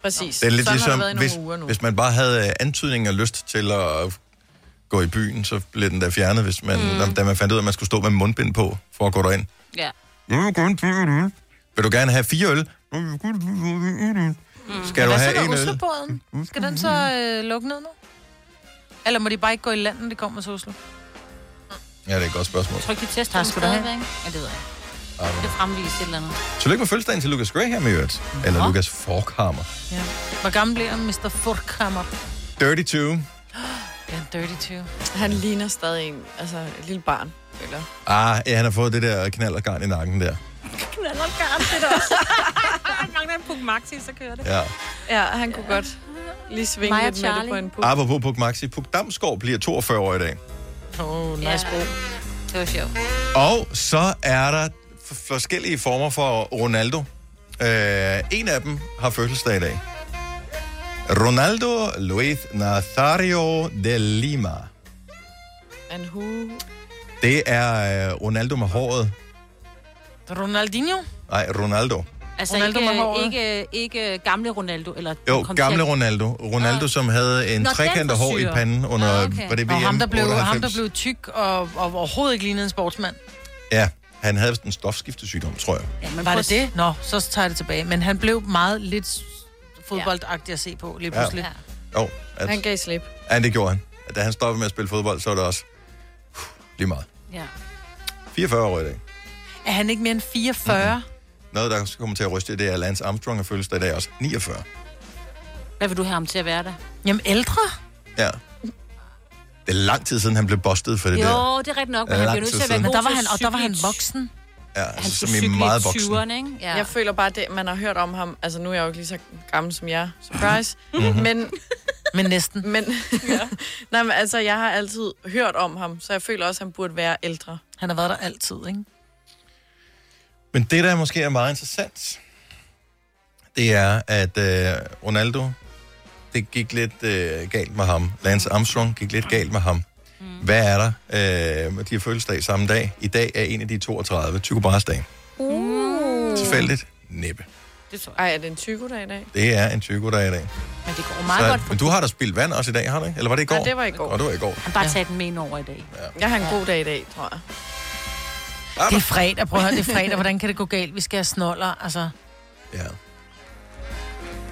Præcis. Det er lidt Sådan har ligesom, det været i nogle hvis, uger nu. hvis man bare havde øh, antydninger og lyst til at gå i byen, så blev den der fjernet, hvis man, Mm. mm. da man fandt ud af, at man skulle stå med mundbind på, for at gå derind. Ja. Jeg vil gerne drikke en øl. Vil du gerne have fire øl? Jeg vil gerne drikke en øl. Mm. Skal du have en Hvad så med øl? Mm. Oslobåden? Skal den så øh, lukke ned nu? Eller må de bare ikke gå i land, når de kommer til Oslo? Ja, det er et godt spørgsmål. Tryk dit test. Tak skal du have. Ja, det ved jeg. ikke. Det fremvises et eller andet. Tillykke med fødselsdagen til Lucas Graham i øvrigt. Eller Lucas Forkhammer. Ja. Hvor gammel bliver Mr. Forkhammer? Dirty 2. Ja, en dirty 20. Han ligner stadig en, altså et lille barn, eller? Ah, ja, han har fået det der knaldergarn i nakken der. Knaller garn, det der også. Han mangler en puk maxi, så kører det. Ja. Ja, han kunne godt lige svinge Mig og lidt med det Charlie. på en puk. Apropos Puk Maxi. Puk Damsgaard bliver 42 år i dag. Åh, oh, nice bro. Det var sjovt. Og så er der f- forskellige former for Ronaldo. Øh, en af dem har fødselsdag i dag. Ronaldo Luis Nazario de Lima. En hue. Det er øh, Ronaldo med håret. Ronaldinho? Nej, Ronaldo. Altså Ronaldo med ikke, håret. ikke, ikke gamle Ronaldo, eller... Jo, kom til gamle at- Ronaldo. Ronaldo, Ah. som havde en Nå, den trekantet hår i frisyre. panden under, okay. var det VM Og ham der, blev, ham, der 98? blev tyk og, og overhovedet ikke lignede en sportsmand. Ja, han havde sådan en stofskiftesygdom, tror jeg. Ja, men Var prøv det at- det? Nå, så tager jeg det tilbage. Men han blev meget lidt s- fodboldagtig at se på lige Ja. pludselig. Ja. Jo, at, Han gav slip. ja, det gjorde han. Da han stoppede med at spille fodbold, så var det også uh, lige meget. Ja. 44 år i dag. Er han ikke mere end 44? Mm-hmm. Noget, der kommer til at ryste, i, det er at Lance Armstrong og følelse i dag også. 49. Hvad vil du have ham til at være der? Jamen ældre? Ja. Det er lang tid siden, han blev bustet for det der. Jo, det er rigtigt nok, men han Lang bliver nødt tid til at være siden. Men god der var til han, at og der var han cykle i- voksen. Ja, Han altså, skulle som i cykle meget i voksen. 20'erne, ikke? Ja. Jeg føler bare, det, man har hørt om ham. Altså, nu er jeg jo ikke lige så gammel som jer. Surprise. Mhm. men, Men næsten. men, nej, men altså, jeg har altid hørt om ham, så jeg føler også, at han burde være ældre. Han har været der altid, ikke? Men det, der måske er meget interessant, det er, at øh, Ronaldo, det gik lidt øh, galt med ham. Lance Armstrong gik lidt galt med ham. Mm. Hvad er der? Øh, de har fødselsdag samme dag. I dag er en af de 32. Tycho Brahes dag. Mm. Uh. Tilfældigt? Næppe. Det tror jeg. Ej, er det en tykodag i dag? Det er en tyko dag i dag. Men det går meget godt Så, for men du har da spildt vand også i dag, har du ikke? Eller var det i går? Nej, det var i går. Og det var i går. Han bare tager den med ind over i dag. Jeg har en god dag i dag, tror jeg. Det er fredag, prøv at høre, det er fredag. Hvordan kan det gå galt? Vi skal have snoller, altså. Ja.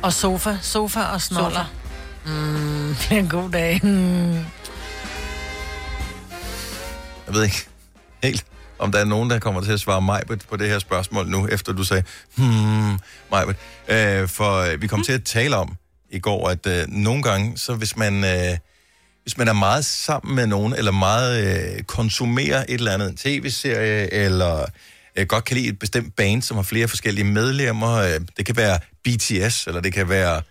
Og sofa, sofa og snoller. Mm, det er en god dag. Mm. Jeg ved ikke helt, om der er nogen, der kommer til at svare Majbet på det her spørgsmål nu, efter du sagde, hmm, Majbet. Øh, for øh, vi kom til at tale om i går, at øh, nogle gange, så hvis man, øh, hvis man er meget sammen med nogen, eller meget øh, konsumerer et eller andet, en tv-serie, eller øh, godt kan lide et bestemt band, som har flere forskellige medlemmer, øh, det kan være BTS, eller det kan være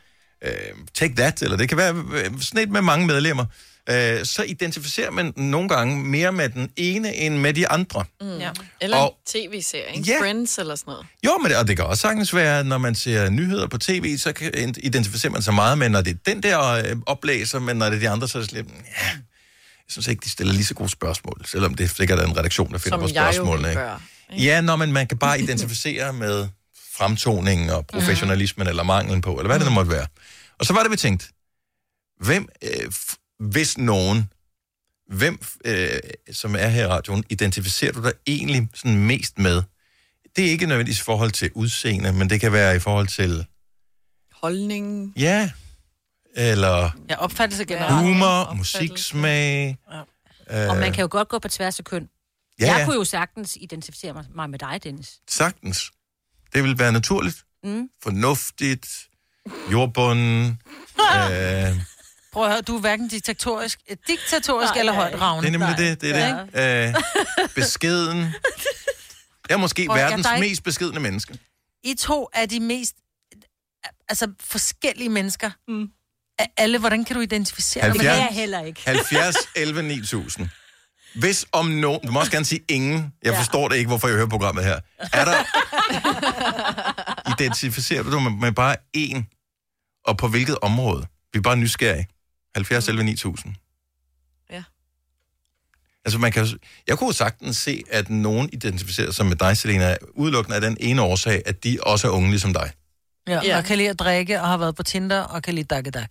øh, Take That, eller det kan være øh, sådan et med mange medlemmer, øh, så identificerer man nogle gange mere med den ene end med de andre. Mm. Ja. Eller Og- og... en tv-serie, ikke? Ja. Friends eller sådan noget. Jo, men det, og det kan også sagtens være, at når man ser nyheder på tv, så kan, identificerer man sig meget med, når det er den der øh, oplæser, men når det er de andre, så er det slet, ja, jeg synes ikke, de stiller lige så gode spørgsmål, selvom det sikkert er en redaktion, der finder Som på jeg jo spørgsmålene. vil ikke? gøre. Ja, når man, man kan bare identificere med fremtoningen og Mhm. professionalismen eller manglen på, eller hvad det nu måtte være. Og så var det, vi tænkte, hvem, øh, f- hvis nogen, hvem, øh, som er her i radioen, identificerer du dig egentlig sådan mest med? Det er ikke nødvendigvis i forhold til udseende, men det kan være i forhold til, Holdningen. ja, eller Jeg opfatter sig generelt. humor, musiksmag. Øh, Og man kan jo godt gå på tværs af køn. ja, Jeg ja, kunne jo sagtens identificere mig- mig med dig, Dennis. sagtens. Det vil være naturligt, Mm. fornuftigt, jordbunden, øh, Prøv at høre, du er hverken diktatorisk, eh, diktatorisk eller højt ravne. Det er nemlig det. Det er det. Øh, beskeden. Jeg er måske Prøv at- verdens der er ikke- mest beskedende menneske. I to er de mest eh, altså, forskellige mennesker. Mm. Af alle, hvordan kan du identificere dig? med dem? 70, 11, 9000. Hvis om nogen, du må også gerne sige ingen, jeg Ja. forstår det ikke, hvorfor jeg hører programmet her. Er der, identificerer du dig med, med bare en, og på hvilket område? Vi er bare nysgerrige. 70, 11, 9000. Ja. Altså man kan, jo- jeg kunne jo sagtens se, at nogen identificerer sig med dig, Selena, udelukkende af den ene årsag, at de også er unge ligesom dig. Ja, ja, og kan lide at drikke, og har været på Tinder, og kan lide dakke dak.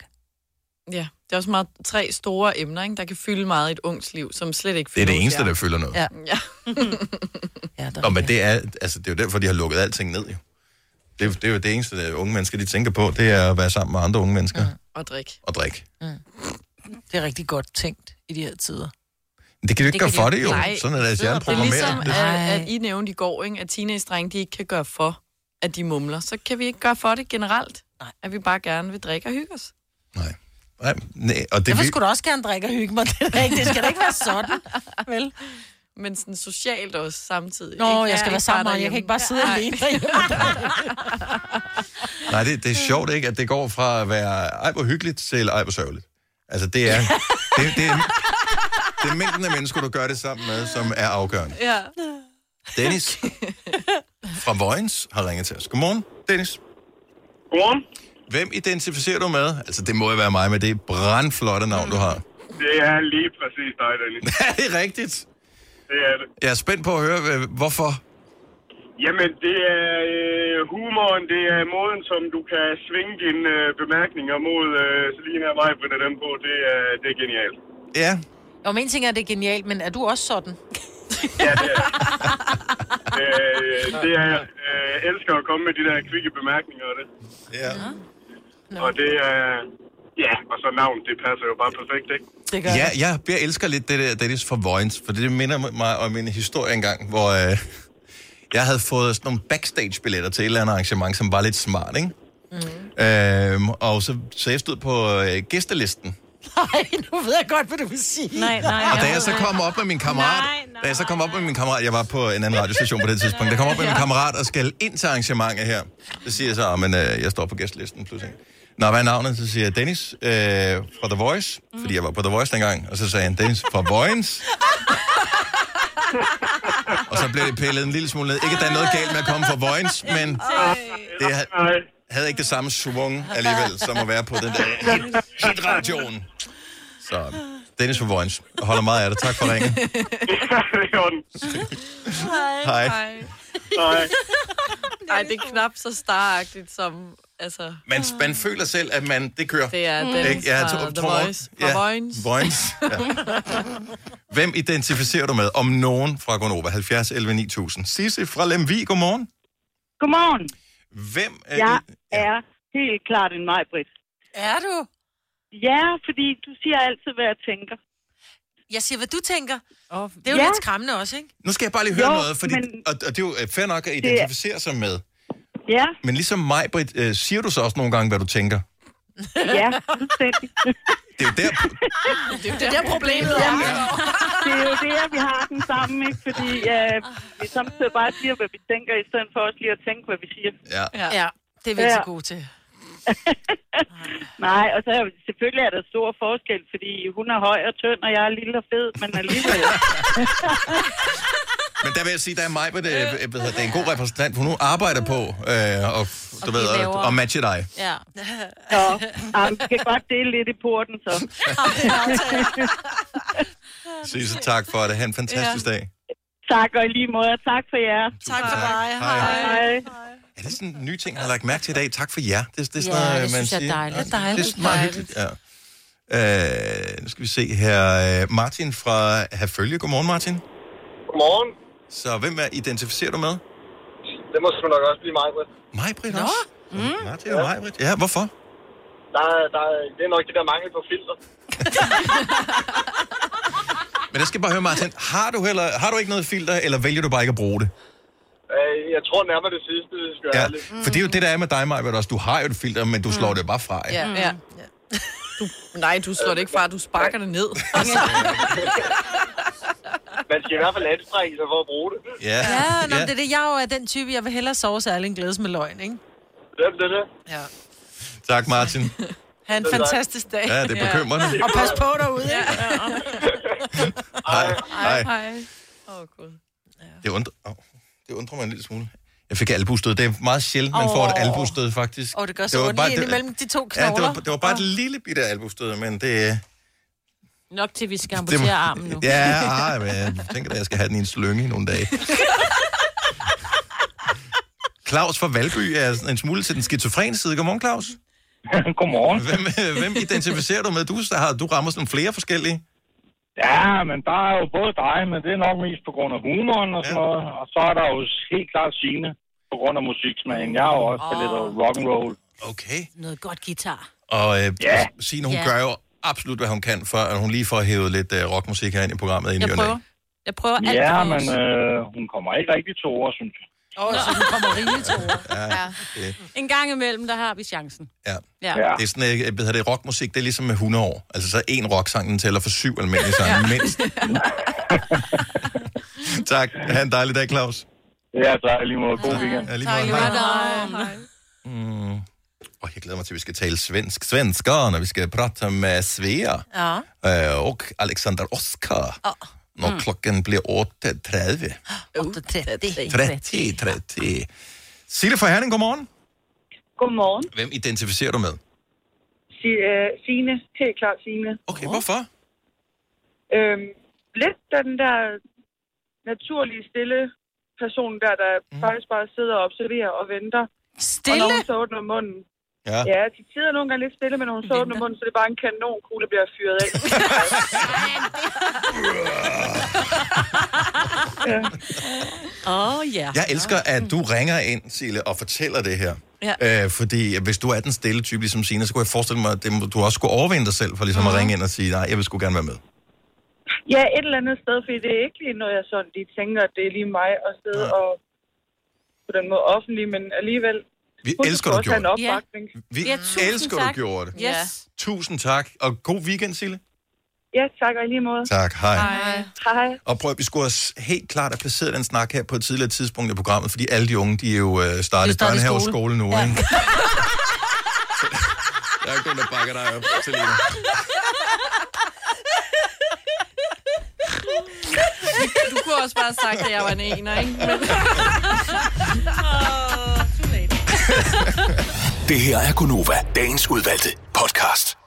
Ja, det er også meget tre store emner, ikke, der kan fylde meget i et ungs liv, som slet ikke Det er fylder det hos eneste, jer. der fylder noget. Ja. ja. Nå, men det er, altså, det er jo derfor, de har lukket alting ned, jo. Det, er- det er jo det eneste, der unge mennesker, de tænker på, det er at være sammen med andre unge mennesker mm. Og drik. og drikke. Det er rigtig godt tænkt i de her tider. Men Det kan du ikke gøre for det, jo. Nej, Sådan er deres hjerne Det er ligesom, programmeret. at, at I nævnte i går, ikke, at teenage-drenge, de ikke kan gøre for, at de mumler. Så kan vi ikke gøre for det generelt, Nej. at vi bare gerne vil drikke og hygge os. Nej, nej, og det Derfor vil, skulle du også gerne drikke og hygge mig. Det, er da ikke, det skal da ikke være sådan, vel? Men sådan socialt også samtidig. Nå, jeg skal være sammen, og jeg kan ikke bare sidde alene nej det, det er sjovt, ikke? At det går fra at være, ej, hvor hyggeligt, til ej, hvor sørgeligt. Altså, det er, det, det, er, det er mængden af mennesker, du gør det sammen med, som er afgørende. Ja. Dennis fra Vojens har ringet til os. Godmorgen, Dennis. Godmorgen. Hvem identificerer du med? Altså, det må jo være mig, men det er brandflotte navn, du har. Det er lige præcis dig, Dennis. er det rigtigt? Det er det. Jeg er spændt på at høre, øh, hvorfor. Jamen, det er øh, humoren, det er måden, som du kan svinge dine øh, bemærkninger mod øh, Selina og mig, og dem på. Det er, det er genialt. Ja. Jo, men en ting er, det er genialt, men er du også sådan? Øh, det er, øh, jeg elsker at komme med de der kvikke bemærkninger og det. Ja. Og det er... Ja, og så navn, det passer jo bare perfekt, ikke? Det Ja, jeg, jeg elsker lidt det der Dennis fra Vojens, for det minder mig om en historie engang, hvor øh, jeg havde fået sådan nogle backstage-billetter til et eller andet arrangement, som var lidt smart, ikke? Mm. Øhm, og så, så jeg stod på øh, gæstelisten. Nej, nu ved jeg godt, hvad du vil sige. Nej, nej. Og da jeg så kom op med min kammerat, da jeg så kom op med min kammerat, jeg var på en anden radiostation på det tidspunkt, der kom op med min kammerat og skal ind til arrangementet her. Så siger jeg så, at øh, jeg står på gæstlisten pludselig. Nå, hvad er navnet? Så siger jeg Dennis øh, fra The Voice, fordi jeg var på The Voice dengang. Og så sagde han, Dennis fra Vojens. og så blev det pillet en lille smule ned. Ikke, at der er noget galt med at komme fra Vojens, men det havde, havde ikke det samme svung alligevel, som at være på den der hit, hit-radioen. Så Dennis fra Vojens. Jeg holder meget af dig. Tak for ringen. Hej. Nej. Nej, det ligesom- er knap så staragtigt som, altså... Man, man føler selv, at man, det kører. Det er Mm. Dennis Ja, fra tror- The tror- Voice. Fra Vojens. Vojens, ja. Hvem identificerer du med, om nogen fra Gonova? 70 11 9000. Sisse fra Lemvi, godmorgen. Godmorgen. Hvem er Jeg det? er helt klart en mig, Britt. Er du? Ja, fordi du siger altid, hvad jeg tænker. Jeg siger, hvad du tænker. Oh, det er jo ja. Ja. lidt skræmmende også, ikke? Nu skal jeg bare lige høre Jo, noget, fordi, men- og, og det er jo øh, fair nok at identificere sig med. Ja, Men ligesom mig, Britt, øh, siger du så også nogle gange, hvad du tænker? ja, fuldstændig. Det er jo der, det er jo der, problemet er. Det er jo der, vi har den sammen, ikke? Fordi øh, vi samtidig bare siger, hvad vi tænker, i stedet for også lige at tænke, hvad vi siger. Ja. Ja, det er vi ikke så gode til. Nej, og så er jo- selvfølgelig er der stor forskel, fordi hun er høj og tynd, og jeg er lille og fed, men alligevel... Men der vil jeg sige, der er mig, det, øh, det er en god repræsentant, for hun arbejder på øh, og, du ved, blive at- lavere. og matche dig. Ja. Så, ah, vi kan godt dele lidt i porten, så. Sisse, tak for det. Ha' en fantastisk ja. dag. tak, og i lige måde, og tak for jer. Tak for dig. Hej. Hej. Er det sådan en ny ting, jeg har lagt mærke til i dag? Tak for jer. Det, det er sådan Ja, noget, det man synes jeg er siger. dejligt. Ja, Det er dejligt. Det er meget hyggeligt, ja. Øh, nu skal vi se her. Øh, Martin fra Herfølge. Godmorgen, Martin. Godmorgen. Så hvem er, identificerer du med? Det må sgu nok også blive mig, Britt. Mig, Britt, også? Mm. Martin og mig, Britt. Ja, hvorfor? Der, er- der, er- det er nok det der mangel på filter. Men jeg skal bare høre, Martin. Har du, heller, har du ikke noget filter, eller vælger du bare ikke at bruge det? Øh, jeg tror nærmere det sidste, skal jeg Ja, ærligt. Mm. for det er jo det, der er med dig, Maja, også. Du har jo et filter, men du slår det bare fra. ikke? Ja, ja. Du, nej, du slår det ikke fra, du sparker det ned. Altså. Man skal i hvert fald anstrenge sig for at bruge det. Ja, Ja, Ah, nå, ja. det er det. Jeg er jo af den type, jeg vil hellere sove særlig en glædes med løgn, ikke? Hvem det der? Ja. Tak, Martin. Ha' Selv en tak. fantastisk dag. Ja, det er bekymrende. Og pas på derude, ja. Hej. Hej. Hej. Hej. Åh, Gud. Det undrer, oh, det undrer mig en lille smule. Jeg fik albustød. Det er meget sjældent, man får et Åh. albustød, faktisk. Åh, det gør så ondt lige ind imellem de to Ja, det var, knogler. det var bare et lille bitte albustød, men det... øh, Nok til, vi skal det amputere armen nu. Ja, ej, men jeg tænker, at jeg skal have den i en slynge i nogle dage. Claus fra Valby er sådan en smule til den skizofrene side. Godmorgen, Claus. Godmorgen. Hvem, øh, hvem identificerer du med? Du, har, du rammer sådan flere forskellige. Ja, men der er jo både dig, men det er nok mest på grund af humoren og sådan noget. Og så er der jo helt klart Signe på grund af musiksmagen. Jeg har jo også oh. lidt af rock and roll. Okay. Noget godt guitar. Og øh, Ja. Signe, hun Ja. gør jo absolut, hvad hun kan, for at hun lige får hævet lidt øh, rockmusik her ind i programmet. Ind i Jeg ny og næ. prøver. Jeg prøver alt Ja, for men os. øh, hun kommer ikke rigtig to år, synes jeg. Åh, så du kommer rimelig to år. Ja. Det, En gang imellem, der har vi chancen. ja. Ja. Det er sådan, øh, hvad hedder det, rockmusik, det er ligesom med 100 år. Altså så en rocksang, den tæller for syv almindelige sange, mindst. tak. Ha' en dejlig dag, Claus. Ja, tak. altså Lige måde. God weekend. Ja, lige måde. Hej. Mm. Og jeg glæder mig til, at vi skal tale svensk. Svensker, når vi skal prate med Svea. Ja. Øh, og Alexander Oskar. Når klokken bliver 8.30. 8.30. 30, 30. Sille fra Herning, godmorgen. Godmorgen. Hvem identificerer du med? Si- øh, Signe. Helt klart Signe. Okay, hvorfor? Øhm, lidt af den der naturlige, stille person der, der mm. faktisk bare sidder og observerer og venter. Stille? Og når hun så åbner munden. Ja. ja, til tider nogle gange lidt stille, men når hun så åbner munden, så er det bare en kanonkugle, der bliver fyret af. Ja. Åh, oh, ja. Jeg elsker, at du ringer ind, Sille, og fortæller det her. Ja. Øh, fordi hvis du er den stille type ligesom Signe, så kunne jeg forestille mig, at det må- du også skulle overvinde dig selv for ligesom at ringe ind og sige, nej, jeg vil sgu gerne være med. ja, et eller andet sted, fordi det er ikke lige noget, jeg sådan lige tænker, at det er lige mig at sidde ja. og på den måde offentlig, men alligevel... Vi Husk, elsker, du får også gjorde en det. opbakning. Vi elsker, du gjorde det. Yes. Tusind tak, og god weekend, Sille. Ja, tak og i lige måde. Tak, hej. Hej. Hej. Og prøv, vi skulle også helt klart have placeret den snak her på et tidligere tidspunkt i programmet, fordi alle de unge, de er jo øh, startet startet i børnehave og skole. skole nu, Ja. ikke? Der er ikke nogen, der bakker dig op, Selina. Du kunne også bare have sagt, at jeg var en ener, ikke? Men... Det her er Gunova, dagens udvalgte podcast.